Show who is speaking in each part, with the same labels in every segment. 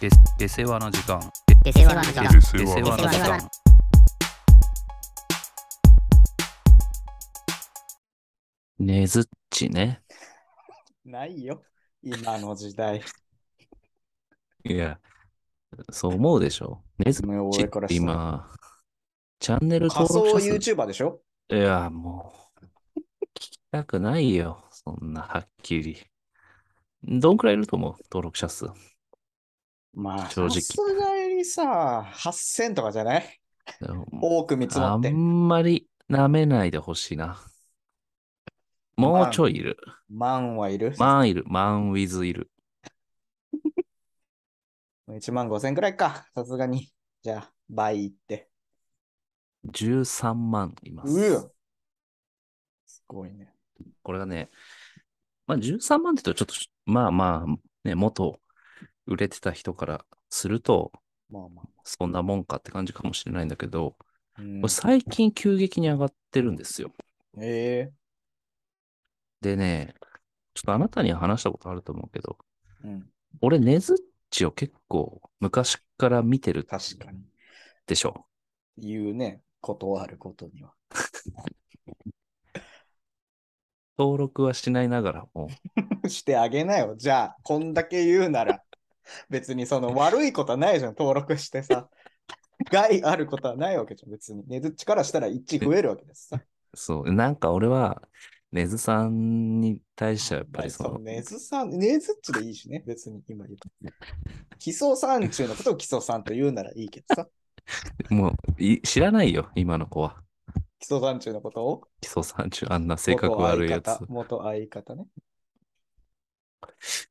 Speaker 1: で出世話の時間
Speaker 2: 出世話の時間
Speaker 3: で
Speaker 1: 出
Speaker 3: 世
Speaker 1: 世
Speaker 3: 話
Speaker 1: 話の時間ねずっちね
Speaker 4: ないよ。今の時代。
Speaker 1: いやそう思うでしょねずっ
Speaker 4: もう
Speaker 1: ち
Speaker 4: 俺からしたら
Speaker 1: 今チャンネル
Speaker 4: 仮
Speaker 1: 登
Speaker 4: 想
Speaker 1: 録者数
Speaker 4: YouTuber でしょ
Speaker 1: いやもう聞きたくないよそんなはっきりどんくらいいると思う登録者数
Speaker 4: まあ、
Speaker 1: 正直
Speaker 4: さすがにさ、8000とかじゃない多く見積も
Speaker 1: あ
Speaker 4: って。
Speaker 1: んまり舐めないでほしいな。もうちょいいる。
Speaker 4: 万はいる。
Speaker 1: マンいる。マンウィズいる。
Speaker 4: 1万5000くらいか。さすがに。じゃあ、倍いって。
Speaker 1: 13万いま
Speaker 4: う
Speaker 1: す
Speaker 4: わ。すごいね。
Speaker 1: これがね、まあ13万って言うとちょっとし、まあまあ、ね、元売れてた人からすると、
Speaker 4: まあまあ
Speaker 1: そんなもんかって感じかもしれないんだけど、
Speaker 4: まあ。うん
Speaker 1: これ最近急激に上がってるんですよ。
Speaker 4: え
Speaker 1: でね、ちょっとあなたには話したことあると思うけど、
Speaker 4: えうん。
Speaker 1: 俺、ネズッチを結構昔から見てる
Speaker 4: 確かに。
Speaker 1: でしょ。
Speaker 4: 言うね。断ることには。
Speaker 1: 登録はしないながらも、
Speaker 4: してあげなよ。じゃあ、こんだけ言うなら。別にその悪いことはないじゃん。登録してさ。害あることはないわけじゃん。別に。ねずっちからしたら1増えるわけですさ。
Speaker 1: そう、なんか俺は、根津さんに対してはやっぱりそ
Speaker 4: まあ
Speaker 1: の、
Speaker 4: ねずさん、ねずっちでいいしね、別に今言うと。基礎山中のことを基礎さんと言うならいいけどさ、
Speaker 1: もうい知らないよ、今の子は。
Speaker 4: 基礎山中のことを
Speaker 1: 基礎さん中、あんな性格悪いやつ。
Speaker 4: 元相方。元相方ね。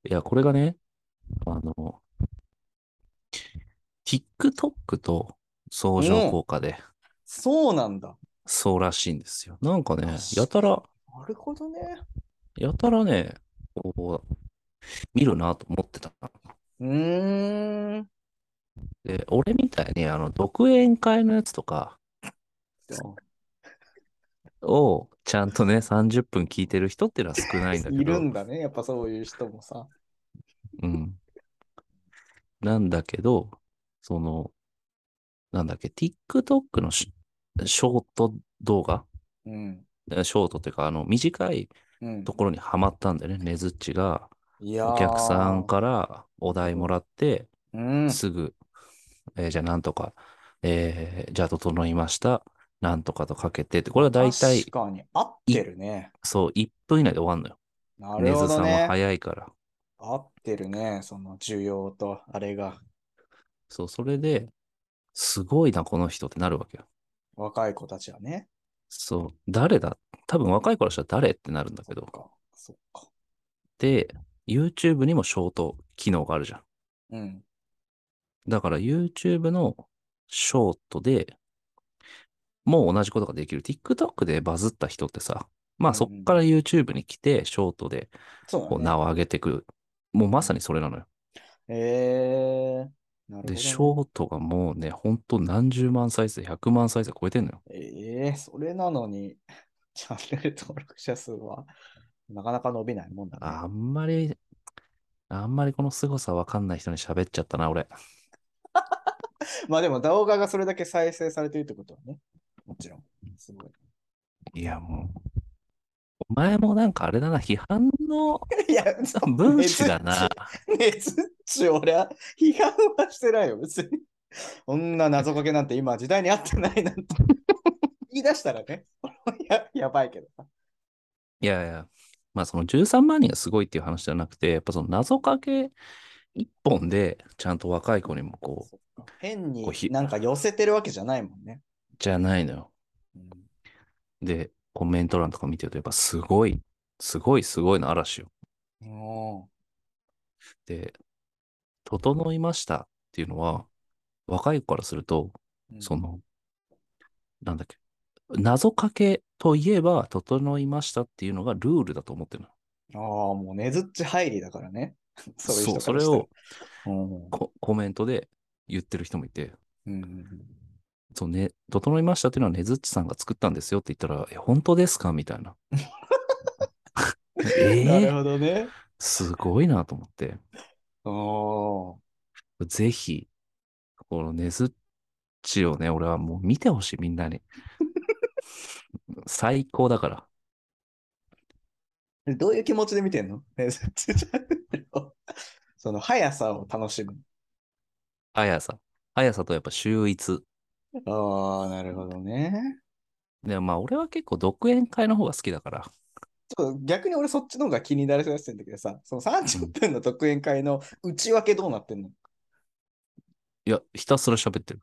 Speaker 1: いや、これがね、あの、TikTok と相乗効果で、
Speaker 4: そうなんだ。
Speaker 1: そうらしいんですよ。なんかね
Speaker 4: あ、そう
Speaker 1: やたら、
Speaker 4: なるほどね。
Speaker 1: やたらね、こう、見るなと思ってた。
Speaker 4: うーん。
Speaker 1: で、俺みたいに、あの、独演会のやつとか、をちゃんとね、30分聞いてる人っていうのは少ないんだけど。
Speaker 4: いるんだね、やっぱそういう人もさ。
Speaker 1: うん。なんだけど、その、なんだっけ、TikTok のシショート動画
Speaker 4: うん。
Speaker 1: えショートっていうか、あの、短い
Speaker 4: うん
Speaker 1: と、ころにはまったんだよね。ねずっちが、
Speaker 4: いやー
Speaker 1: お客さん、からお題もらって、
Speaker 4: うん、
Speaker 1: すぐ、えーじゃあなんとか、えーじゃあ整いました。なんとかとかけてって、これは大体
Speaker 4: 確、かに合ってるね。
Speaker 1: そう、1分以内で終わんのよ。
Speaker 4: な
Speaker 1: ね
Speaker 4: るほ
Speaker 1: ずさ
Speaker 4: ど
Speaker 1: んは
Speaker 4: ね。
Speaker 1: 早いから。
Speaker 4: 合ってるね、その需要とあれが。
Speaker 1: そう、それで、すごいな、この人ってなるわけよ。
Speaker 4: 若い子たちはね。
Speaker 1: そう、誰だ多分若い子の人は誰ってなるんだけ
Speaker 4: そ
Speaker 1: ど
Speaker 4: っ。か。そっか。
Speaker 1: で、YouTube にもショート機能があるじゃん。
Speaker 4: うん。
Speaker 1: だから YouTube のショートでもう同じことができる。TikTok でバズった人ってさ、まあそっから YouTube に来て、ショートで
Speaker 4: そう
Speaker 1: こ
Speaker 4: だ
Speaker 1: う
Speaker 4: ね。
Speaker 1: 名を上げてく。もうまさにそれなのよ。
Speaker 4: えー、なるほどね
Speaker 1: で、ショートがもうね、ほんと何十万再生、100万再生超えてんのよ。
Speaker 4: えー、それなのに、 チャンネル登録者数はなかなか伸びないもんだ
Speaker 1: あ
Speaker 4: ね。
Speaker 1: んまり、あんまりこの凄さわかんない人に喋っちゃったな、俺。
Speaker 4: まあでも動画がそれだけ再生されてるってことはね。もちろん。すごい。
Speaker 1: いや、もう。お前もなんかあれだな、批判の
Speaker 4: い や、
Speaker 1: 分子だな。
Speaker 4: ねずっち、俺は批判はしてないよ、別に。こんな謎かけなんて今時代に合ってないなんて言い出したらね、 ややばいけどさ。
Speaker 1: いやいや、まあその13万人がすごいっていう話じゃなくて、やっぱその謎かけ一本で、ちゃんと若い子にもこう、
Speaker 4: そっか変に
Speaker 1: こうひ
Speaker 4: なんか寄せてるわけじゃないもんね。
Speaker 1: じゃないのよ。
Speaker 4: うん
Speaker 1: で、コメント欄とか見てると、やっぱすごい、すごいすごいの嵐よ。
Speaker 4: お
Speaker 1: で、整いましたっていうのは、若い子からすると、
Speaker 4: ーうん
Speaker 1: その、なんだっけ、謎かけといえば、整いましたっていうのがルールだと思ってるの。
Speaker 4: ああ、もうねずっち入りだからね。 そういう人
Speaker 1: そ
Speaker 4: から
Speaker 1: れ
Speaker 4: したら
Speaker 1: をココメントで言ってる人もいて、
Speaker 4: うんうんうん
Speaker 1: そうね、整いましたっていうのはねずっちさんが作ったんですよって言ったら、え、本当ですかみたい な。え
Speaker 4: なる
Speaker 1: ー
Speaker 4: ほどね。
Speaker 1: すごいなと思って。
Speaker 4: お
Speaker 1: ぜひ、このねずっちをね、俺はもう見てほしい、みんな に。最高だから。
Speaker 4: どういう気持ちで見てんの ねずっちチャンネルをその速さを楽しむ。
Speaker 1: あやさ。あやさとやっぱ秀逸。
Speaker 4: ああ、なるほどね。
Speaker 1: で、まあ俺は結構独演会の方が好きだから。
Speaker 4: ちょっと逆に俺そっちの方が気になりそうやってんだけどさ、その30分の特演会の内訳どうなってんの
Speaker 1: いや、ひたすら喋ってる。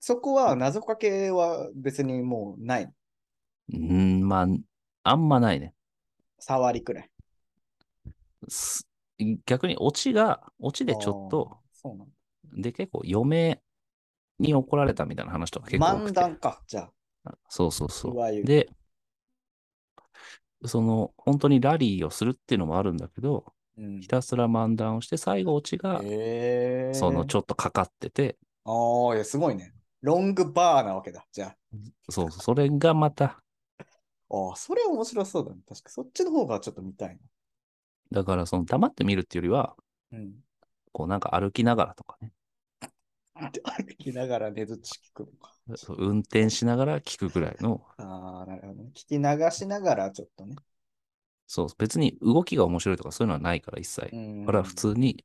Speaker 4: そこは謎かけは別にもうない。
Speaker 1: うーん、まあ、あんまないね。
Speaker 4: 触りくらい。
Speaker 1: す逆にオチが、オチでちょっと、
Speaker 4: そうなんだ
Speaker 1: で、結構嫁に怒られたみたいな話とか結構多く
Speaker 4: 漫
Speaker 1: て。
Speaker 4: 談か、じゃ
Speaker 1: そうそう
Speaker 4: あ。い
Speaker 1: そ
Speaker 4: わゆ
Speaker 1: う。
Speaker 4: る。
Speaker 1: で、その、本当にラリーをするっていうのもあるんだけど、
Speaker 4: うん
Speaker 1: ひたすら漫談をして、最後オチが、
Speaker 4: へえ
Speaker 1: その、ち
Speaker 4: ょ
Speaker 1: ょっとかかってて、
Speaker 4: ああ、いや、すごいね。ロングバーなわけだ、じゃあ。
Speaker 1: そうそう、それがまた、
Speaker 4: ああ、それは面白そうだね。確かそっちの方がちょっと見たい
Speaker 1: だから、その、黙って見るっていうよりは、
Speaker 4: な。うん。
Speaker 1: こう、なんか歩きながらとかね、
Speaker 4: で歩きながらねずっち聞くのか。
Speaker 1: そう運転しながら聞くぐらいの、
Speaker 4: ああ、なるほどね。聞き流しながらちょっとね。
Speaker 1: そう、別に動きが面白いとかそういうのはないから、一切。
Speaker 4: うん。
Speaker 1: だから、普通に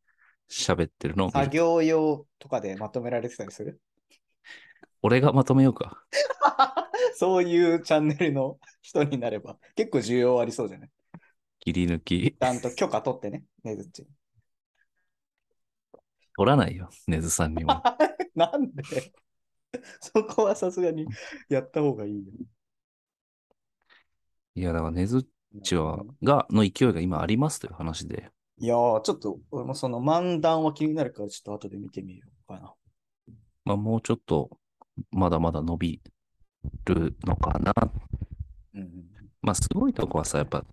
Speaker 1: 喋ってるのを見
Speaker 4: 作
Speaker 1: る
Speaker 4: 業用とかでまとめられてたりする
Speaker 1: 俺がまとめようか。
Speaker 4: そういうチャンネルの 人になれば結構需要ありそうじゃない
Speaker 1: 切り抜き。
Speaker 4: ちゃんと許可取ってね、 ねずっち。
Speaker 1: 取らないよ、根津さんに も。
Speaker 4: なんで そこはさすがにやった方がいいよ。
Speaker 1: いや、だから根津
Speaker 4: う
Speaker 1: ちは、が、の勢いが今ありますという話で。
Speaker 4: いやー、ちょっと俺もその漫談は気になるからちょっと後で見てみようかな。
Speaker 1: まあ、もうちょっと、まだまだ伸びるのかな。
Speaker 4: うん、
Speaker 1: まあ、すごいとこはさ、やっぱ、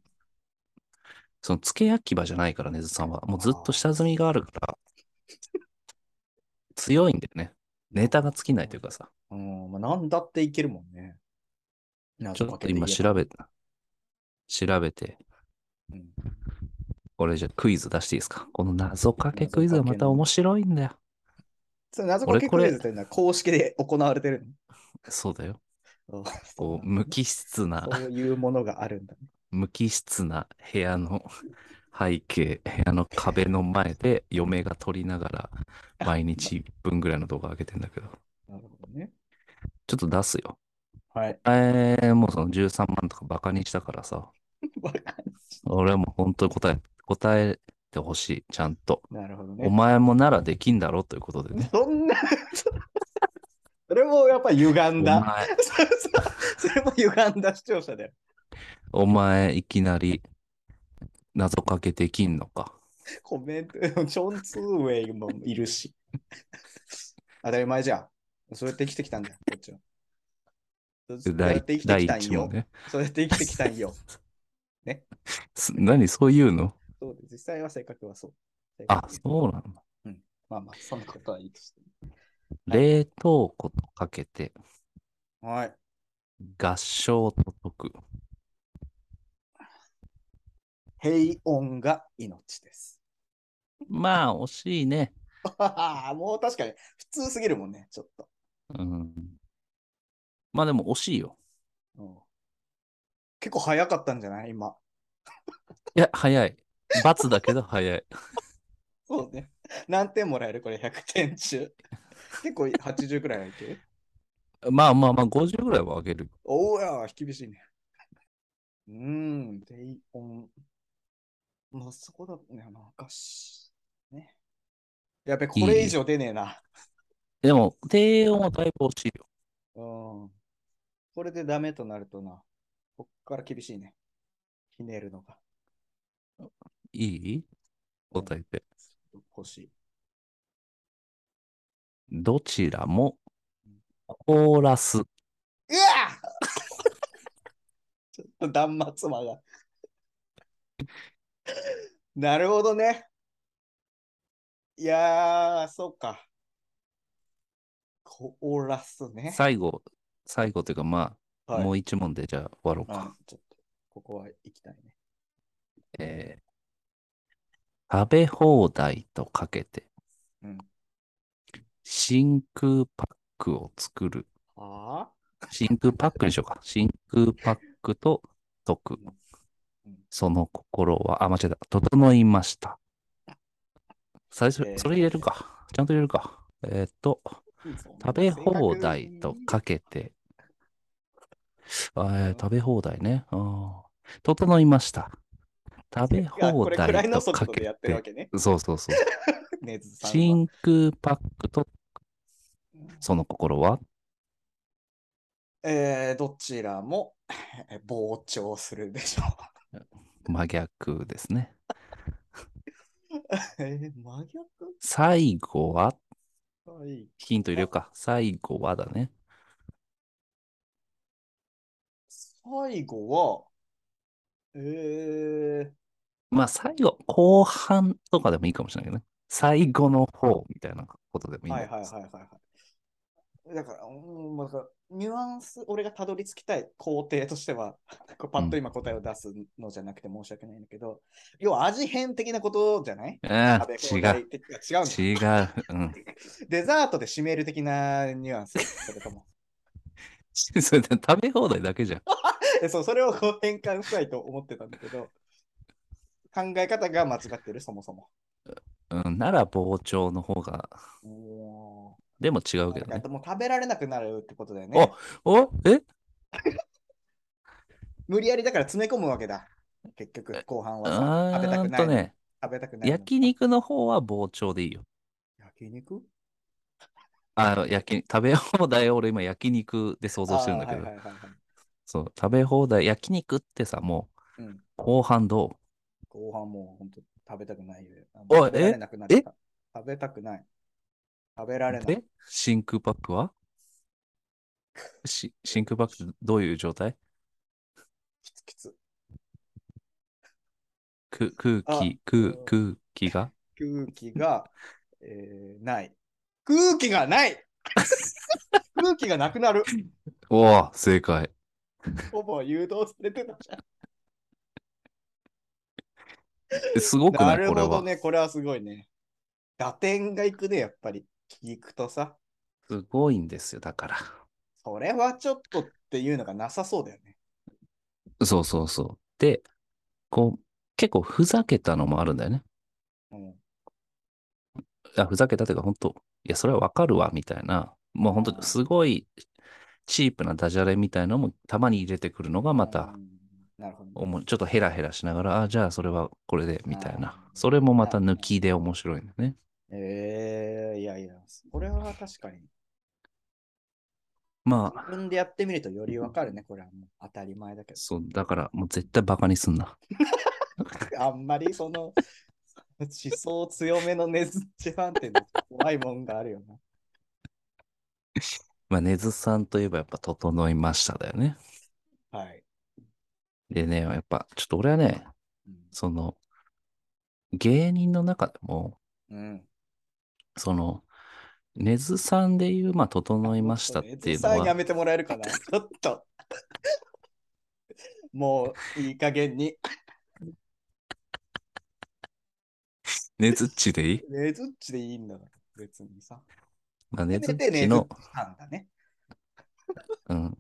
Speaker 1: その付け焼き場じゃないから、根津さんは。もうずっと下積みがあるから、強いんだよね。ネタが尽きないというかさ、
Speaker 4: うん、まあ、なんだっていけるもんね。
Speaker 1: ちょっと今
Speaker 4: ら
Speaker 1: 調べ、調べて、
Speaker 4: うん
Speaker 1: これじゃクイズ出していいですかこの謎かけクイズがまた面白いんだよ。
Speaker 4: その謎か
Speaker 1: 俺
Speaker 4: け
Speaker 1: こ
Speaker 4: ク
Speaker 1: れ
Speaker 4: イズというのは公式で行われてる
Speaker 1: そうだよ。
Speaker 4: の。
Speaker 1: こう、無機質な、
Speaker 4: そういうものがあるんだ、ね。
Speaker 1: 無機質な部屋の背景、部屋の壁の前で嫁が撮りながら、毎日1分ぐらいの動画上げてんだけど、
Speaker 4: なるほどね。
Speaker 1: ちょっと出すよ。
Speaker 4: はい。
Speaker 1: えー、もうその13万とかバカにしたからさ、
Speaker 4: わかん
Speaker 1: 俺はもう本当に答え、答えてほしい、ちゃんと。
Speaker 4: なるほど
Speaker 1: お
Speaker 4: ね。
Speaker 1: 前もならできんだろということでね。
Speaker 4: そんな、それもやっぱ歪
Speaker 1: お
Speaker 4: んだ。
Speaker 1: 前、
Speaker 4: そう そうそれも歪んだ視聴者だよ。
Speaker 1: お前いきなり謎かけできんのか。
Speaker 4: コメント、チョン・ツーウェイもいるし。当たり前じゃん。そうやって生きてきたんだよ、こっちは。そうや
Speaker 1: 第
Speaker 4: って生きて
Speaker 1: 第
Speaker 4: きたん
Speaker 1: 1
Speaker 4: よ
Speaker 1: 問。ね。
Speaker 4: そうやって生きてきたんよ。
Speaker 1: す何そういうの
Speaker 4: そうです実際は性格はそう。性格
Speaker 1: あ、そうなんだ。
Speaker 4: まあまあ、そんなことはいいとして。
Speaker 1: 冷凍庫とかけて
Speaker 4: はい。
Speaker 1: 合唱と解く。
Speaker 4: 平穏が命です。
Speaker 1: まあ、惜しいね。
Speaker 4: もう確かに、普通すぎるもんね、ちょっと。
Speaker 1: うん。まあでも惜しいよ。
Speaker 4: うん結構早かったんじゃない今。
Speaker 1: いや、早い。罰だけど早い。
Speaker 4: そうね。 何点もらえるこれ100点中。 結構80くらいはいける
Speaker 1: まあまあまあ、50ぐらいはあげる。
Speaker 4: おおや、厳しいね。うーん、低音。まあ、そこだね、なんかし。ね。やべ、これ以上出ねえな。
Speaker 1: でも、低音はだいぶ惜しいよ。
Speaker 4: うん。これでダメとなるとな、こっから厳しいね。ひねるのが
Speaker 1: いい答えて。
Speaker 4: 欲しい。
Speaker 1: どちらもコーラス。
Speaker 4: うわちょっと断末魔が。なるほどね。いやー、そうか。コーラスね。
Speaker 1: 最後、最後というか、まあ、
Speaker 4: はい
Speaker 1: もう一問でじゃあ終わろう
Speaker 4: あ
Speaker 1: か。
Speaker 4: ちょっと、ここは行きたいね。
Speaker 1: えー食べ放題とかけて
Speaker 4: うん。
Speaker 1: 真空パックを作る。
Speaker 4: は
Speaker 1: 真空パックにしようか。真空パックと解く
Speaker 4: うん。
Speaker 1: その心は、あ、間違えた。整いました。最初
Speaker 4: え、ー
Speaker 1: それ入れるか。ちゃんと入れるか。えーっと、
Speaker 4: あいいぞ
Speaker 1: 食べ放題とかけて。あえー食べ放題ね。あー整いました。食べ
Speaker 4: いやこ
Speaker 1: 放
Speaker 4: れくらい
Speaker 1: 題
Speaker 4: の
Speaker 1: と
Speaker 4: 速
Speaker 1: か
Speaker 4: 度で
Speaker 1: け
Speaker 4: やってるわ
Speaker 1: て。
Speaker 4: けね。
Speaker 1: そうそう そう。
Speaker 4: ネズさんは
Speaker 1: 真空パックとその心は
Speaker 4: えーどちらもえー膨張するでしょ
Speaker 1: 真逆ですね。
Speaker 4: う。えー真逆
Speaker 1: 最後は
Speaker 4: はい。
Speaker 1: ヒント入れようか。最後はだね。
Speaker 4: 最後は、えー、
Speaker 1: まあ最後、後半とかでもいいかもしれないけどね。最後の方みたいなことでもいいん
Speaker 4: は
Speaker 1: だ
Speaker 4: い
Speaker 1: けど
Speaker 4: はいはいはいはい。だから、うん、まあだからニュアンス、俺がたどり着きたい工程としては、 こうパッと今答えを出すのじゃなくて申し訳ないんだけど、要は味変的なことじゃない食べ放題
Speaker 1: う、
Speaker 4: 的違うんんだ
Speaker 1: 違う。違う。うん。
Speaker 4: デザートで締める的なニュアンス。それとも
Speaker 1: それで食べ放題だけじゃん。
Speaker 4: えそうそれをこう変換したいと思ってたんだけど、考え方が間違ってる、そもそも。
Speaker 1: うん、なら傍聴の方が、
Speaker 4: お
Speaker 1: でも違うけど
Speaker 4: ーなん
Speaker 1: ね
Speaker 4: か。もう食べられなくなるってことだよね
Speaker 1: お。おえ
Speaker 4: 無理やりだから詰め込むわけだ。結局、後半はさ
Speaker 1: あ
Speaker 4: 食べた
Speaker 1: ー
Speaker 4: く
Speaker 1: ん
Speaker 4: ない
Speaker 1: と。ね、
Speaker 4: 食べたくないの。
Speaker 1: 焼肉の方は傍聴でいいよ。
Speaker 4: 焼肉
Speaker 1: あ、焼き、食べ放題を俺今焼肉で想像してるんだけ
Speaker 4: あ
Speaker 1: ど
Speaker 4: ーは、いはいはいはい
Speaker 1: そう、食べ放題、焼肉ってさ、もう
Speaker 4: うん、
Speaker 1: 後半ど
Speaker 4: 後半もう本当食べたくないよ。
Speaker 1: おい
Speaker 4: 食べられなくなった食べたくない。食べられ
Speaker 1: う
Speaker 4: ない
Speaker 1: で。、真空パックはし真空パックってどういう状態
Speaker 4: きつきつ。
Speaker 1: く空気、空、空気が
Speaker 4: 空気が、 えーない。空気がない 空気がなくなる。
Speaker 1: おお、正解。
Speaker 4: ほぼ誘導されてたじゃん。
Speaker 1: えすごくな
Speaker 4: ないる
Speaker 1: これ
Speaker 4: ほど
Speaker 1: は。
Speaker 4: ね、これはすごいね。打点がいくね、やっぱり。聞くとさ、
Speaker 1: すごいんですよ、だから。
Speaker 4: それはちょっとっていうのがなさそうだよね。
Speaker 1: そうそうそう。で、こう、結構ふざけたのもあるんだよね。
Speaker 4: うん、
Speaker 1: あふざけたというか、本当いや、それはわかるわ、みたいな。もう本
Speaker 4: あ
Speaker 1: 当
Speaker 4: ー
Speaker 1: すごいチープなダジャレみたいのもたまに入れてくるのがまた
Speaker 4: う、ん。なるほどね、
Speaker 1: おもちょっとヘラヘラしながら、あ、じゃあそれはこれで、みたいな
Speaker 4: あ。ー
Speaker 1: それもまた抜きで面白いんだよね。
Speaker 4: ええいやいや、これは確かに。
Speaker 1: まあ、
Speaker 4: 自分でやってみるとよりわかるね、これはもう当たり前だけ
Speaker 1: そう、だからもう絶対バカにすんな。
Speaker 4: ど。あんまりその思想強めのネズッチファンっていうのは怖いもんがあるよな。
Speaker 1: まあ、根津さんといえばやっぱ整いましただよね。
Speaker 4: はい。
Speaker 1: でね、やっぱちょっと俺はね、
Speaker 4: うん
Speaker 1: その、芸人の中でも、
Speaker 4: うん。
Speaker 1: その、根津さんでいう、まあ、整いましたっていうの
Speaker 4: ネズさんや
Speaker 1: は、
Speaker 4: めてもらえるかな。 ちょっと。もういい加減に。
Speaker 1: 根津っちでいい
Speaker 4: ネズッチでいいんだから、別にさ。
Speaker 1: まあ、根
Speaker 4: せ
Speaker 1: 津っ
Speaker 4: めてネ
Speaker 1: ち
Speaker 4: ズッ
Speaker 1: の、
Speaker 4: チファンだね。
Speaker 1: うん。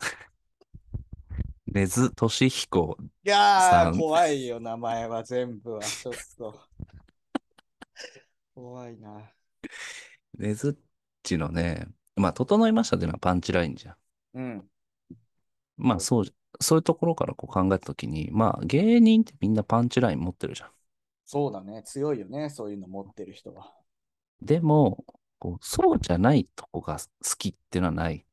Speaker 1: 根津俊彦、
Speaker 4: いや
Speaker 1: さ
Speaker 4: ー、
Speaker 1: ん
Speaker 4: 怖いよ、名前は全部は。ちょっと。 怖いな。
Speaker 1: 根津っちのね、まあ、整いましたっていうのはパンチラインじゃん。
Speaker 4: うん。
Speaker 1: まあ、そう、そういうところからこう考えたときに、まあ、芸人ってみんなパンチライン持ってるじゃん。
Speaker 4: そうだね。強いよね。そういうの持ってる人は。
Speaker 1: でも、こうそうじゃないとこが好きっていうのはない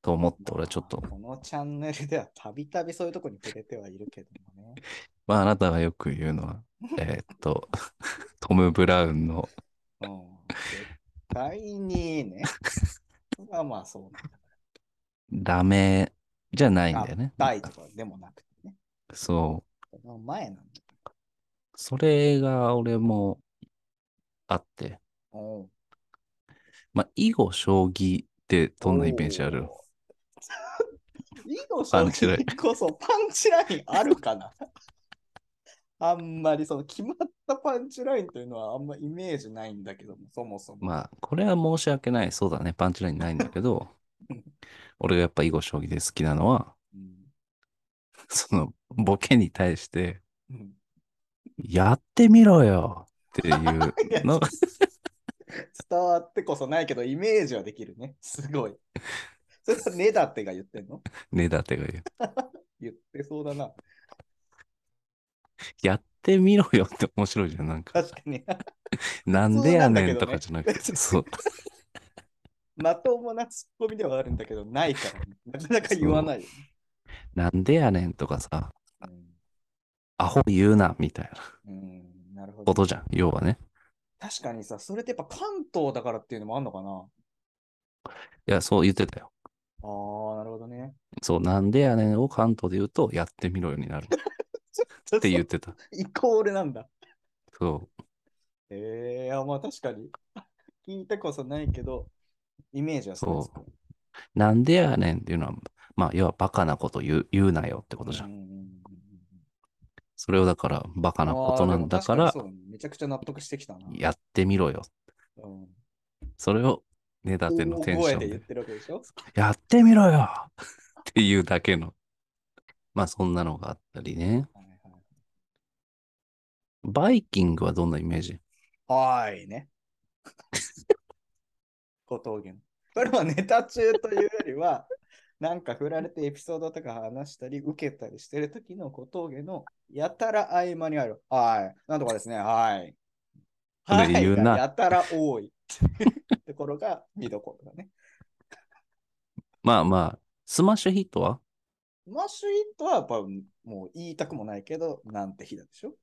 Speaker 1: と思って、俺はちょっと
Speaker 4: まあ、このチャンネルではたびたびそういうとこに触れてはいるけどもね。
Speaker 1: まあ、あなたがよく言うのは、えーっと、 トム・ブラウンの、
Speaker 4: うん。絶対に ね。まあまあそうなんだ。
Speaker 1: ダメじゃないんだよね。
Speaker 4: 大とかでもなくてね。
Speaker 1: そ
Speaker 4: その前なんだ。
Speaker 1: う。それが俺もあって、
Speaker 4: うん。
Speaker 1: まあ、囲碁、将棋ってどんなイメージある
Speaker 4: おー囲碁将
Speaker 1: パンチライ
Speaker 4: 棋こそパンチラインあるかな あんまりその決まったパンチラインというのはあんまイメージないんだけども、そもそも。
Speaker 1: まあ、これは申し訳ない。そうだね。パンチラインないんだけど、俺がやっぱ囲碁将棋で好きなのは、
Speaker 4: うん
Speaker 1: その、ボケに対して、
Speaker 4: うん
Speaker 1: やってみろよっていう の
Speaker 4: 伝わってこそないけど、イメージはできるね。すごい。それはねだってが言ってんの
Speaker 1: ねだてが言う。
Speaker 4: 言ってそうだな。
Speaker 1: やってみろよって面白いじゃん。なんか、
Speaker 4: 確かに。
Speaker 1: なんでやねん
Speaker 4: 普通なんだけどね
Speaker 1: とかじゃなくて、そう。
Speaker 4: まともなツッコミではあるんだけど、ないから、ね、なかなか言わないよね、
Speaker 1: なんでやねんとかさ、
Speaker 4: うん
Speaker 1: アホ言うな、みたいな
Speaker 4: うん。なるほ
Speaker 1: こ
Speaker 4: ど。
Speaker 1: とじゃん。要はね。
Speaker 4: 確かにさ、それってやっぱ関東だからっていうのもあんのかな。
Speaker 1: いや、そう言ってたよ。
Speaker 4: ああ、なるほどね。
Speaker 1: そう、なんでやねんを関東で言うと、やってみろよになる って言っ
Speaker 4: う。
Speaker 1: て た。
Speaker 4: イコールなんだ。
Speaker 1: そ
Speaker 4: ええー、あまあ確かに。 聞いたこそないけど、イメージはそうですか。
Speaker 1: う。なんでやねんっていうのは、まあ、要はバカなこと言う言うなよってことじゃん。
Speaker 4: うんうんうんうんうん
Speaker 1: それをだから、バカなことなんだか
Speaker 4: あー
Speaker 1: ら
Speaker 4: で、も確にそうねめちゃくちゃ納得してきたな。
Speaker 1: やってみろよ。
Speaker 4: うん、
Speaker 1: それを、ねだてのテンシ
Speaker 4: 大
Speaker 1: ョ
Speaker 4: 声
Speaker 1: ン
Speaker 4: で
Speaker 1: で
Speaker 4: 言ってるわけでしょ。
Speaker 1: やってみろよっていうだけの。まあそんなのがあったりね。
Speaker 4: はいはい
Speaker 1: バイキングはどんなイメージ
Speaker 4: はーいね。 小峠の。これはネタ中というよりは、 なんか振られてエピソードとか話したり、受けたりしてる時の小峠のやたら合間にある。はーい。なんとかですね。はーい。
Speaker 1: それ
Speaker 4: はーい
Speaker 1: 言うな
Speaker 4: がやたら多い。ところが見どころだね。
Speaker 1: まあまあ、スマッシュヒットは
Speaker 4: マッシュイットはやっぱもう言いたくもないけど、なんて日だでしょ。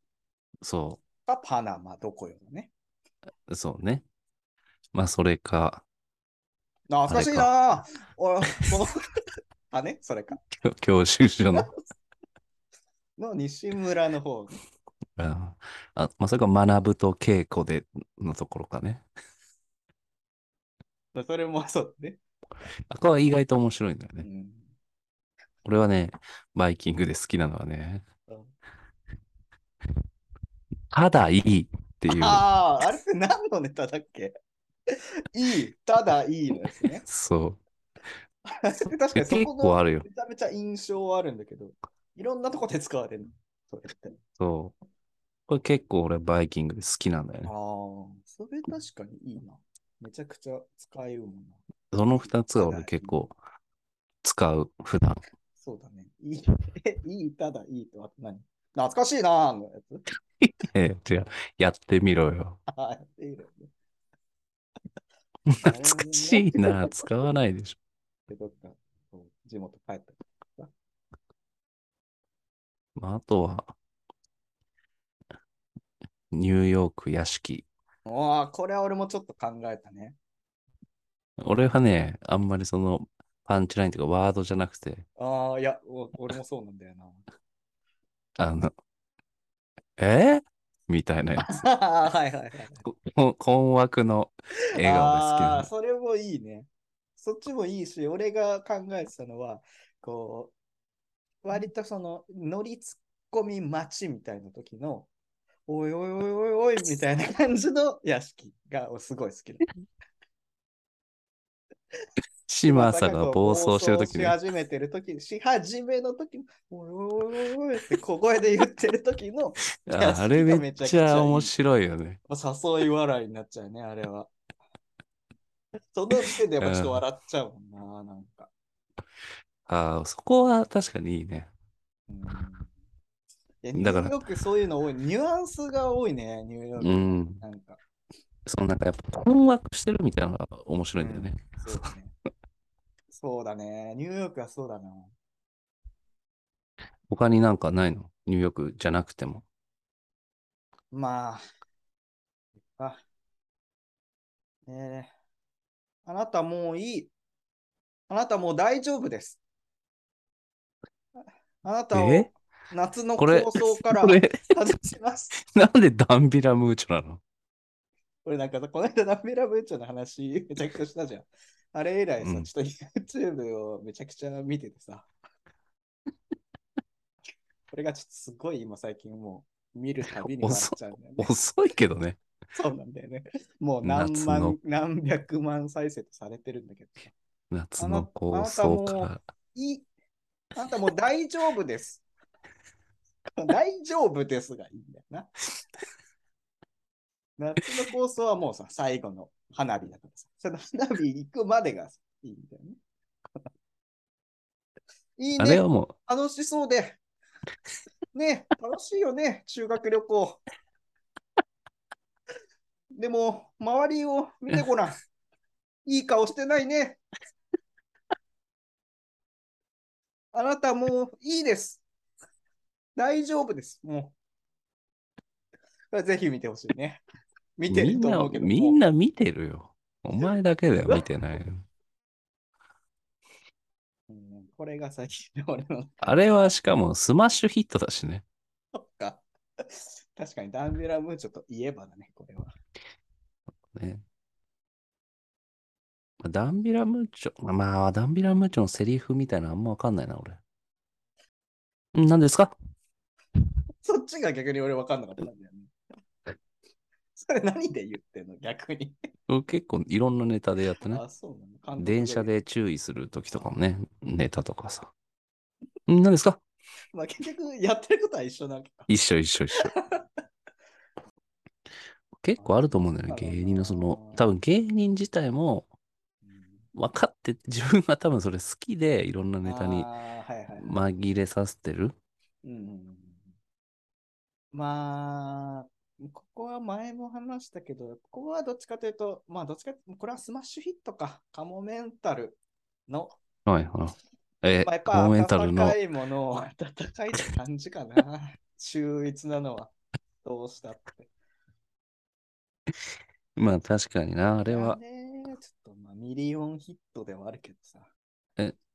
Speaker 1: そ
Speaker 4: かパナマどこよだね。
Speaker 1: う、そうね。まあそれか、
Speaker 4: 懐かしいなぁ。俺、この、 あね、それか。
Speaker 1: 教教習所 の、
Speaker 4: の西村の方。
Speaker 1: うんあまあそれか学ぶと稽古でのところかね。
Speaker 4: まあそれもそうだね。
Speaker 1: あこれは意外と面白いんだよ
Speaker 4: う
Speaker 1: ね。
Speaker 4: ん、
Speaker 1: 俺はね、バイキングで好きなのはね
Speaker 4: うん、
Speaker 1: ただいいっていう、
Speaker 4: ああ、あれって何のネタだっけいい、ただいいのですね。
Speaker 1: そう。
Speaker 4: 確かにそ
Speaker 1: 結
Speaker 4: こ
Speaker 1: 構
Speaker 4: の
Speaker 1: あるよ。
Speaker 4: めちゃめちゃ印象はあるんだけど、いろんなとこで使われるの。それって。
Speaker 1: そう。これ結構俺バイキングで好きなんだよ
Speaker 4: ああ
Speaker 1: ね。、
Speaker 4: それ確かにいいな。めちゃくちゃ使えるもんな。
Speaker 1: その二つは俺結構使う、普段。
Speaker 4: そうだね。い い、えいい、ただいいと、あと何懐かしいなぁのやつ。
Speaker 1: ええ違う。やってみろよ。
Speaker 4: ああ、いいよね。
Speaker 1: 懐かしい な。使わないでしょ。
Speaker 4: でどっか、こう地元帰ったり
Speaker 1: まあ、あとは、ニューヨーク屋敷。
Speaker 4: おーこれは俺もちょっと考えたね。
Speaker 1: 俺はね、あんまりその、パンチラインというかワードじゃなくて、
Speaker 4: ああ、いや、お俺もそうなんだ よな。
Speaker 1: あの、えみたいなやつ。
Speaker 4: あーはいはいはい。
Speaker 1: こ困惑の笑
Speaker 4: あ
Speaker 1: 顔
Speaker 4: あ、
Speaker 1: で好
Speaker 4: それもいいね。そっちもいいし、俺が考えてたのは、こう、割とその、乗りツッコミ待ちみたいな時の、おいおいおいおいおいみたいな感じの屋敷がおすごい好きだ。
Speaker 1: きなの。嶋佐が暴走してる時
Speaker 4: し
Speaker 1: に、
Speaker 4: 始めてる時、し始めの時の、おいおいおいおいおいって小声で言ってる時の、
Speaker 1: あーあれめっちゃ面白いよね。
Speaker 4: 誘い笑いになっちゃうね、あれは。その時点でやっぱちょっと笑っちゃうもんな、なんか。
Speaker 1: ああ、そこは確かにいいね。
Speaker 4: うんいやニュ
Speaker 1: だから
Speaker 4: ーヨークそういうの多い。ニュアンスが多いね、ニューヨーク。
Speaker 1: うん。
Speaker 4: なんか、
Speaker 1: そのなんかやっぱ困惑してるみたいなのが面白いんだよね。
Speaker 4: そうだね。そうだね。ニューヨークはそうだな。
Speaker 1: 他になんかないのニューヨークじゃなくても。
Speaker 4: まあ。あ。ねえ。あなたもういい。あなたもう大丈夫です。あなたを
Speaker 1: え
Speaker 4: 夏の
Speaker 1: これ
Speaker 4: 構想から
Speaker 1: これ、
Speaker 4: 外します。
Speaker 1: なんでダンビラムーチョなの
Speaker 4: 俺なんかさ、この間ナミラブーチョの話めちゃくちゃしたじゃん。あれ以来さ、
Speaker 1: うん
Speaker 4: ちょっと YouTube をめちゃくちゃ見ててさ。これがちょっとすごい今最近も見るたびに笑っちゃうんだよね。
Speaker 1: 遅いけどね。
Speaker 4: そうなんだよね。もう何
Speaker 1: 夏の
Speaker 4: 万、何百万再生とされてるんだけど。
Speaker 1: 夏の構想か
Speaker 4: あな
Speaker 1: ら。
Speaker 4: いい。あんたもう大丈夫です。 大丈夫ですがいいんだよな。 夏の構想はもうさ、最後の花火だからさ。その花火行くまでがいいんだよね。 いい
Speaker 1: あれ
Speaker 4: ね
Speaker 1: は。も
Speaker 4: 楽しそうで。ねえ楽しいよね。修学旅行。でも、周りを見てごらん。いい顔してないね。あなたもういいです。大丈夫です。もう。ぜひ見てほしいね。
Speaker 1: う、
Speaker 4: 見て
Speaker 1: み
Speaker 4: る
Speaker 1: ん
Speaker 4: と
Speaker 1: な
Speaker 4: 思う、けど。
Speaker 1: みん
Speaker 4: な。
Speaker 1: な見てるよ。お前だけだよ、見てないの。
Speaker 4: うんこれが最近の俺の
Speaker 1: あれはしかもスマッシュヒットだしね。
Speaker 4: そっか。確かにダンベラムーチョといえばだね、これは。
Speaker 1: ねダンビラムーチョ、まあ、ダンビラムーチョのセリフみたいなのあんまわかんないな、俺。ん何ですか
Speaker 4: そっちが逆に俺分かんなかったんだよね。それ何で言ってんの逆に。
Speaker 1: うん結構いろんなネタでやってね。
Speaker 4: あ、そうなの監督が
Speaker 1: 電車。で注意するときとかもね、ネタとかさ。ん何ですか
Speaker 4: まあ結局やってることは一緒なわけか。
Speaker 1: 一緒一緒一 緒。結構あると思うんだよね、芸人のその、多分芸人自体も分かって、 自分は多分それ好きでいろんなネタに
Speaker 4: あーはいはい。
Speaker 1: 紛れさせてる。
Speaker 4: うんうんうんまあ、ここは前も話したけど、ここはどっちかというと、まあどっちかというと、これはスマッシュヒットか、カモメンタルの
Speaker 1: はいはい。え
Speaker 4: まあ、やっ、
Speaker 1: コ
Speaker 4: ぱ
Speaker 1: メンタルの
Speaker 4: 温かいものを温かいって感じかな。 秀逸なのはどうしたって。
Speaker 1: まあ確かにな、あれは
Speaker 4: ね、ちょっとまあミリオンヒットではあるけどさ。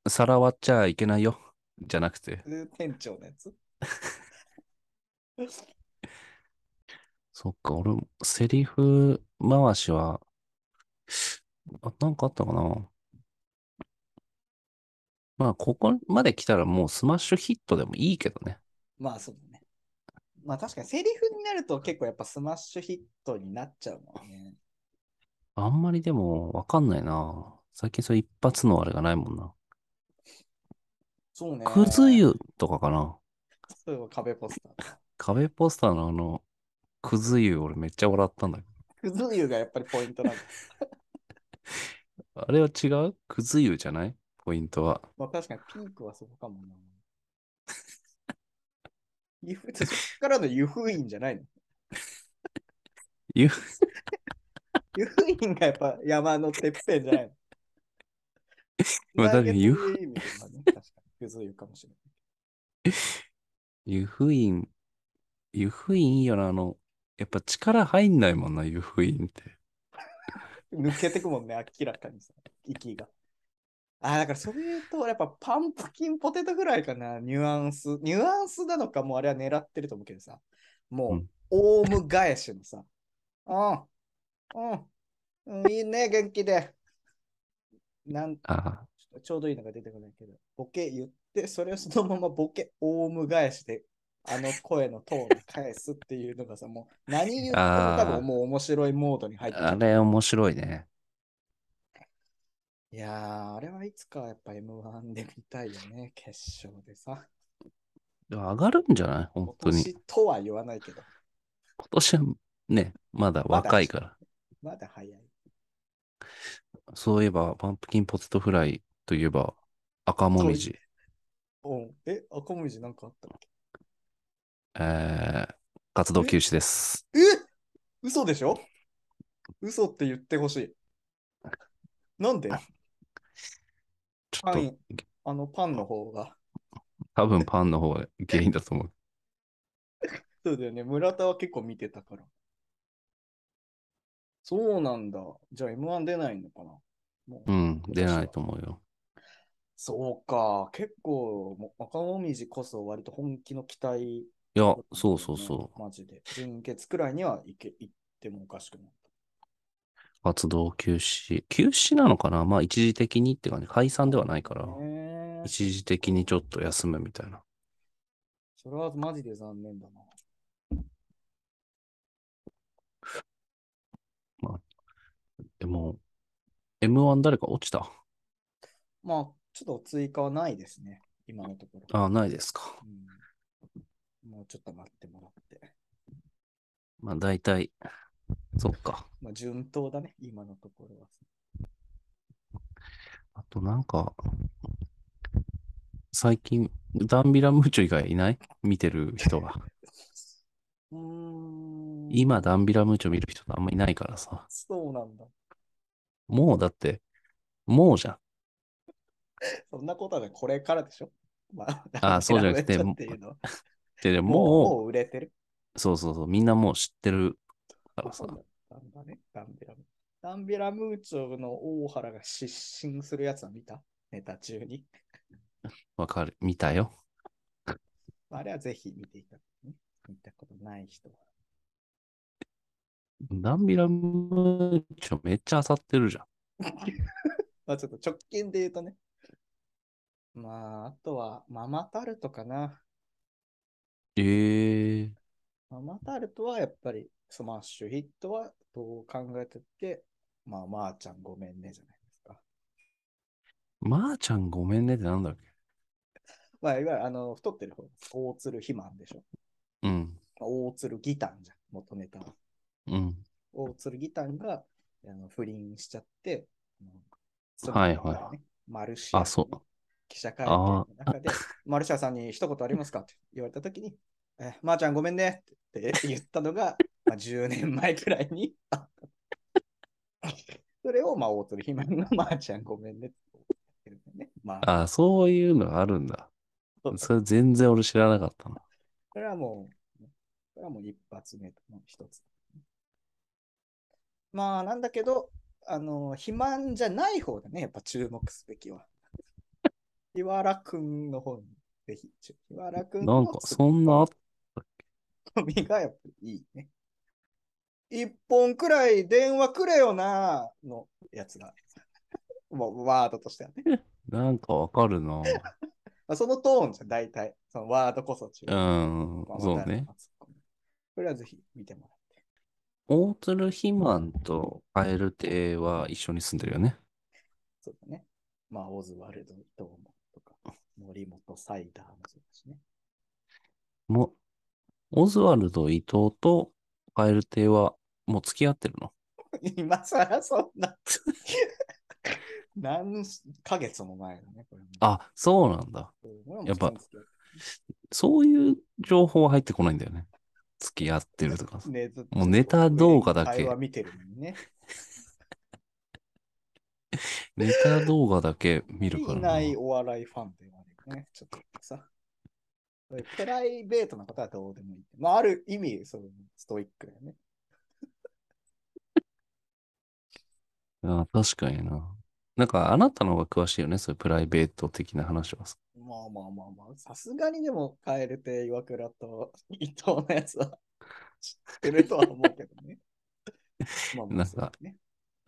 Speaker 1: さらわっちゃいけないよ、じゃなくて、
Speaker 4: 店長のや つ。
Speaker 1: そっか、俺も、セリフ回しは、あ、なんかあったかな。まあ、ここまで来たらもうスマッシュヒットでもいいけどね。
Speaker 4: まあそうだね。まあ確かにセリフになると結構やっぱスマッシュヒットになっちゃうもんね。
Speaker 1: あんまりでもわかんないな。最近そういう一発のあれがないもんな。
Speaker 4: そうね。
Speaker 1: くず。湯とかかな。
Speaker 4: そういえば壁ポスター。
Speaker 1: 壁ポスターのあの、くず湯俺めっちゃ笑ったんだけ
Speaker 4: くず湯がやっぱりポイントなんだ。
Speaker 1: ど。あれは違うくず湯じゃないポイントは。
Speaker 4: まあ確かにピークはそこかもな。 湯布そっからの湯布院じゃないの
Speaker 1: 湯
Speaker 4: 湯布院がやっぱ山のてっぺんじゃないの。
Speaker 1: まあ確かに湯布
Speaker 4: 布院もね。確かに、ゆず湯かもしれない。
Speaker 1: 湯布院、湯布院いいよな、あの、やっぱ力入んないもんな、湯布院って。
Speaker 4: 抜けてくもんね、明らかにさ、息が。ああ、だからそれ言うと、やっぱパンプキンポテトぐらいかな、ニュアンス。ニュアンスなのか、もうあれは狙ってると思うけどさ、
Speaker 1: う
Speaker 4: も
Speaker 1: ん
Speaker 4: う、オウム返しのさ、うん、うん、うん、いいね、元気で。なん
Speaker 1: あ
Speaker 4: ちょうどいいのが出てこないけど、ボケ言って、それをそのままボケ、オウム返しで、あの声のトーンで返すっていうのがさ、もう何言っても
Speaker 1: あー
Speaker 4: 多分もう面白いモードに入って
Speaker 1: あ、あ
Speaker 4: る。
Speaker 1: れ面白いね。
Speaker 4: いやー、あれはいつかやっぱ M1 で見たいよね、決勝でさ。
Speaker 1: でも上がるんじゃない本
Speaker 4: 今
Speaker 1: 当に。
Speaker 4: 年とは言わないけど、
Speaker 1: 今年はね、まだ若いから。
Speaker 4: まだ早い。
Speaker 1: そういえば、パンプキンポテトフライといえば、赤もみじ。
Speaker 4: おうえ、赤文字なんかあったっけ
Speaker 1: えー、活動休止です。
Speaker 4: え嘘でしょ嘘って言ってほしい。なんで
Speaker 1: ちょ
Speaker 4: パ
Speaker 1: っと、
Speaker 4: ン、あのパンの方が。
Speaker 1: 多分パンの方が原因だと思う。
Speaker 4: そうだよね。村田は結構見てたから。そうなんだ。じゃあ M1 出ないのかなも
Speaker 1: うん、出ないと思うよ。
Speaker 4: そうか。結構、もう赤もみじこそ割と本気の期待、
Speaker 1: いや、そうそうそう。
Speaker 4: マジで。純潔くらいにはいけいってもおかしくない。
Speaker 1: 活動休止。休止なのかなまあ、一時的にって感じ。解散ではないから。
Speaker 4: ねえ
Speaker 1: 一時的にちょっと休むみたいな。
Speaker 4: それはマジで残念だな。
Speaker 1: もう、M1 誰か落ちた
Speaker 4: まあ、ちょっと追加はないですね。今のところ。
Speaker 1: あ、ないですか。
Speaker 4: うん、もうちょっと待ってもらって。
Speaker 1: まあ大体、そっか。
Speaker 4: まあ、順当だね、今のところは。
Speaker 1: あとなんか、最近、ダンビラムーチョ以外いない見てる人は。
Speaker 4: うーん。
Speaker 1: 今、ダンビラムーチョ見る人ってあんまいないからさ。
Speaker 4: そうなんだ。
Speaker 1: もうだって、もうじゃん。
Speaker 4: そんなことはねこれからでしょまあ、
Speaker 1: あーそうじゃなくて
Speaker 4: ダンビラムーチョっていうのは
Speaker 1: で、でも
Speaker 4: もう、
Speaker 1: う
Speaker 4: もう売れてる。
Speaker 1: そうそうそう、みんなもう知ってるから
Speaker 4: そ
Speaker 1: さ
Speaker 4: う。だったんだね、ダンビラム。ダンビラムーチョの大原が失神するやつは見たネタ中に。
Speaker 1: わかる。見たよ。
Speaker 4: あれはぜひ見ていただきね。見たことない人は。
Speaker 1: ダンビラムーチョめっちゃ漁ってるじゃん。
Speaker 4: まあちょっと直近で言うとね。まあ、あとはママタルトかな。
Speaker 1: ええ
Speaker 4: ママタルトはやっぱりスマッシュヒットはどう考えてって、まあ、まー、ちゃんごめんねじゃないですか。
Speaker 1: まーちゃんごめんねってなんだっけ
Speaker 4: まあ、いわゆるあの太ってる方です。大鶴肥満でしょ。
Speaker 1: うん。
Speaker 4: まあ大鶴ギタンじゃん、元ネタは。
Speaker 1: うん。
Speaker 4: 大鶴ギタンがあの不倫しちゃって、あの
Speaker 1: はいはい
Speaker 4: 妻のねマルシア
Speaker 1: あそう
Speaker 4: の記者会見の中で、 マルシアさんに一言ありますかって言われたときに、えまー、ちゃんごめんねって言った のが、まあ、10年前くらいにあった。それを、まあ、大鶴ひまが、まー、ちゃんごめんねって言ってるんだよね。まあ、
Speaker 1: あ、そういうのあるんだ。それ全然俺知らなかったな。
Speaker 4: これはもう、これはもう一発目の一つ。まあ、なんだけど、あの、肥満じゃない方だね、やっぱ注目すべきは。 日原くんの方に、ぜひ、ちょ日原くん
Speaker 1: な
Speaker 4: の
Speaker 1: んか、そんなあっ
Speaker 4: ツッコミがやっぱりいいね。一本くらい電話くれよな、のやつが。もうワードとしてはね。
Speaker 1: なんかわかるな。
Speaker 4: まあ、そのトーンじゃん、大体。そのワードこそ違
Speaker 1: う
Speaker 4: う。
Speaker 1: ん
Speaker 4: まあ、
Speaker 1: そうね。。
Speaker 4: わかるなこれはぜひ見てもらって。
Speaker 1: 大鶴肥満とカエル亭は一緒に住んでるよね。
Speaker 4: そうだね。まあ、オズワルド・伊藤もとか、森本サイダーもそうだしね。
Speaker 1: もう、オズワルド伊藤とカエル亭はもう付き合ってるの
Speaker 4: 今更そんな。何ヶ月も前だね、これも。
Speaker 1: あ、そうなんだ。
Speaker 4: これも
Speaker 1: やっぱ
Speaker 4: 普通に
Speaker 1: そういう情報は入ってこないんだよね。付き合ってるとか。
Speaker 4: ね、ずっと
Speaker 1: もうネタ動画だけ
Speaker 4: 会話見てるのにね。
Speaker 1: ネタ動画だけ見るから
Speaker 4: い
Speaker 1: な。
Speaker 4: ないお笑いファンと言われるね。ちょっとさ。そういうプライベートなことはどうでもいい。まあ、ある意味、そうストイックだよね。
Speaker 1: あ確かにな。なんか、あなたの方が詳しいよね。そういうプライベート的な話はさ。
Speaker 4: まあまあまあまあ、さすがにでも、カエル亭、岩倉と伊藤のやつは知ってるとは思うけど ね。まあま
Speaker 1: な
Speaker 4: あ
Speaker 1: んか
Speaker 4: そうね、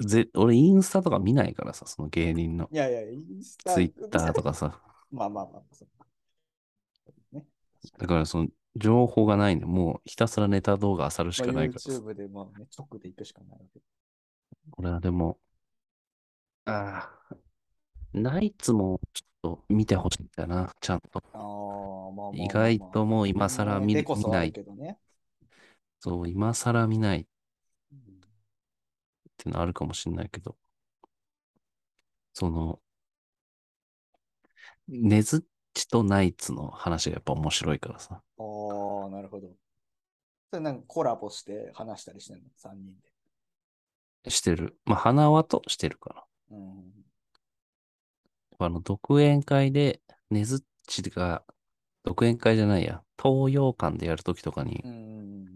Speaker 1: ぜ俺、インスタとか見ないからさ、その芸人の。
Speaker 4: いやいや、インスタ。
Speaker 1: ツイッターと
Speaker 4: か。
Speaker 1: かさ。
Speaker 4: まあまあまあ、そうかね。
Speaker 1: だから、その、情報がないんで、もうひたすらネタ動画漁るしか
Speaker 4: まあ
Speaker 1: ないからさ。
Speaker 4: YouTube でもね、直で行くしかないわけ。
Speaker 1: 俺はでも、ああ、ナイツもちょっと見てほしいんだよな、ちゃんと。
Speaker 4: ああ、まあまあまあ、
Speaker 1: 意外ともう今更見,、
Speaker 4: でこそ
Speaker 1: 見
Speaker 4: あ
Speaker 1: な
Speaker 4: る
Speaker 1: い。
Speaker 4: けどね。
Speaker 1: そう、今更見ないっ
Speaker 4: うん
Speaker 1: てのあるかもしんないけど。その、ネズッチとナイツの話がやっぱ面白いからさ。
Speaker 4: ああ、なるほど。それなんかコラボして話したりしてんの ?3 人で。
Speaker 1: してる。まあ、花輪としてるから。
Speaker 4: うん。
Speaker 1: あの、独演会で、ネズッチが、独演会じゃないや、東洋館でやるときとかに
Speaker 4: う、ん。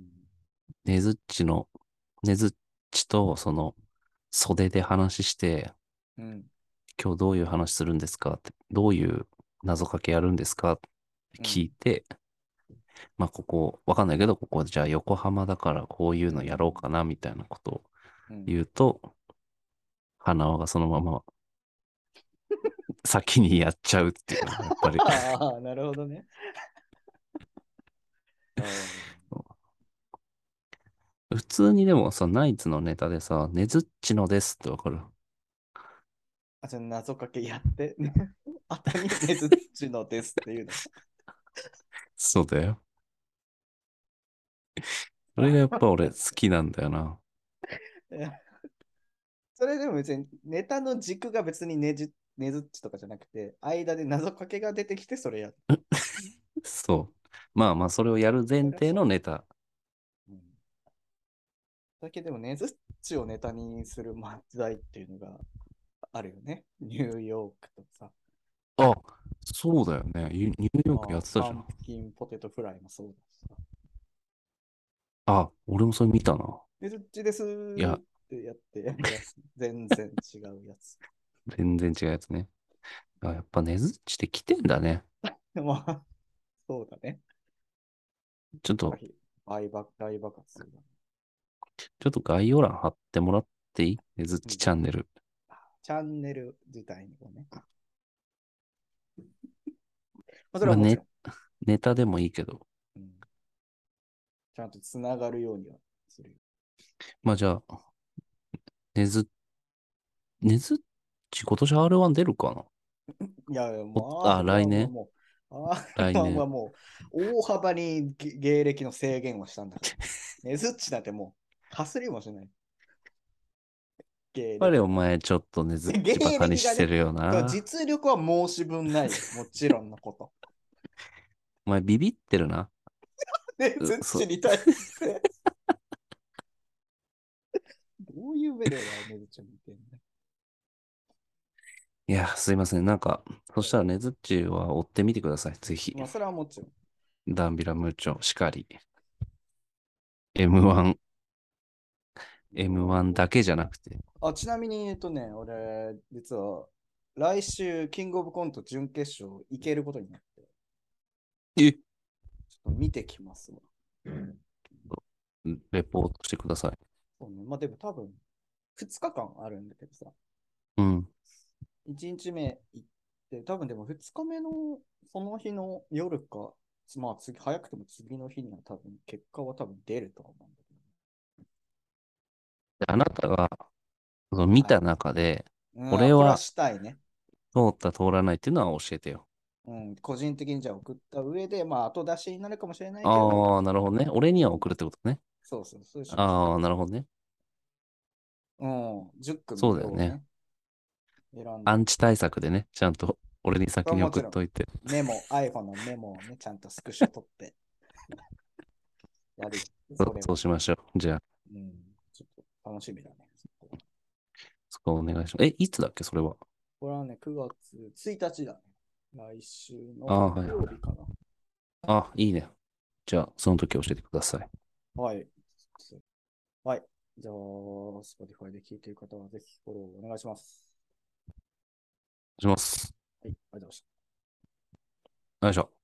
Speaker 1: ネズッチの、ネズッチとその袖で話して、
Speaker 4: うん。
Speaker 1: 今日どういう話するんですかって、どういう謎かけやるんですかって聞いて、まあここ、わかんないけど、ここじゃあ横浜だからこういうのやろうかなみたいなことを
Speaker 4: うん
Speaker 1: 言うと、花輪がそのまま先にやっちゃうっていうのがやっぱ り
Speaker 4: ああ、なるほどね。あー
Speaker 1: 普通にでもさ、ナイツのネタでさ、ねずっちのですってわかる。
Speaker 4: あ、じゃあ謎かけやって。 熱海ねずっちのですっていうの。
Speaker 1: そうだよ。それがやっぱ俺好きなんだよな。
Speaker 4: それでも別にネタの軸が別にねじねずっちとかじゃなくて、間で謎かけが出てきてそれやる。
Speaker 1: そう。まあまあ、それをやる前提のネタ。
Speaker 4: うんだけでもねずっちをネタにする漫才っていうのがあるよね。ニューヨークとかさ。
Speaker 1: あ、そうだよね。ユニューヨークやってたじゃ
Speaker 4: まあ
Speaker 1: ん
Speaker 4: パ。ンプキンポテトフライもそうだしさ。
Speaker 1: あ、俺もそれ見たな。
Speaker 4: ねずっちです
Speaker 1: いや
Speaker 4: ってやって、やるやつ全然違うやつ。
Speaker 1: 全然違うやつね。あ、やっぱねずっちって来てんだね。
Speaker 4: まあ、そうだね。
Speaker 1: ちょっと、
Speaker 4: 大爆大爆発するな。
Speaker 1: ちょっと概要欄貼ってもらっていいねずっちチャンネル。
Speaker 4: チャンネル自体に もね。まあ、それ
Speaker 1: まあ
Speaker 4: はもち
Speaker 1: ね
Speaker 4: ろん、、
Speaker 1: ネタでもいいけど。
Speaker 4: うんちゃんとつながるようにはするよ。
Speaker 1: まあじゃあ、ねず、ねずっち今年 R1 出るかない
Speaker 4: や、もう、
Speaker 1: あ
Speaker 4: ー
Speaker 1: 来年
Speaker 4: もう、あ
Speaker 1: 来
Speaker 4: ーは
Speaker 1: 年。
Speaker 4: もう、大幅にげ芸歴の制限をしたん だから。ねずっちだってもう、かすりもしない。芸
Speaker 1: やっぱり
Speaker 4: 歴。
Speaker 1: お前ちょっとねずっ
Speaker 4: 芸
Speaker 1: ち
Speaker 4: 歴が
Speaker 1: バ
Speaker 4: ね
Speaker 1: カにしてるよな。
Speaker 4: 実力は申し分ないよ。もちろんのこと。
Speaker 1: お前ビビってるな。
Speaker 4: ねずっちに対して。どういう目でねずっちを見てんだ
Speaker 1: いや、すいません。なんか、そしたらねずっちは追ってみてください。ぜひ。
Speaker 4: まあ、それはもちろん。
Speaker 1: ダンビラムーチョ、しかり。M1。M1 だけじゃなくて。
Speaker 4: あ、ちなみに、えっとね、俺、実は、来週、キングオブコント準決勝行けることになって、
Speaker 1: え
Speaker 4: ちょっと見てきますわ。
Speaker 1: レポートしてください。
Speaker 4: そうね、まあ、でも多分、2日間あるんだけどさ、
Speaker 1: うん。
Speaker 4: 1日目行って、多分でも2日目の、その日の夜か、まあ次、早くても次の日には多分、結果は多分出るとは思うんだけ
Speaker 1: であなたが、その見た中で、
Speaker 4: ど、うん
Speaker 1: これは
Speaker 4: これはしたいね。
Speaker 1: 通った通らないっていうのは教えてよ。
Speaker 4: うん、個人的にじゃあ送った上で、まあ後出しになるかもしれないけど、
Speaker 1: ああ、なるほどね。俺には送るってことね。
Speaker 4: そうそう、そうしましょう
Speaker 1: ああ、なるほどね。
Speaker 4: うん、10組
Speaker 1: そうだよね
Speaker 4: 今日はね。
Speaker 1: ア
Speaker 4: 選ん
Speaker 1: ン
Speaker 4: で
Speaker 1: チ対策でね、ちゃんと俺に先に送っといて。
Speaker 4: メモ、iPhone のメモをね、ちゃんとスクショ 取って。やる。
Speaker 1: そ
Speaker 4: れ
Speaker 1: う
Speaker 4: は
Speaker 1: そうしましょう。じゃあ、
Speaker 4: うん、ちょっと楽しみだね。そこは
Speaker 1: そこお願いします。え、いつだっけ、それは。
Speaker 4: これはね、9月1日だね。来週の
Speaker 1: あはい
Speaker 4: 土曜日かな。
Speaker 1: あ、いいね。じゃあ、その時教えてください。
Speaker 4: はい。はい。じゃあ、Spotify で聞いている方はぜひフォローお願いします。
Speaker 1: お願いします。
Speaker 4: はい、ありがとうございました。
Speaker 1: よいしょ。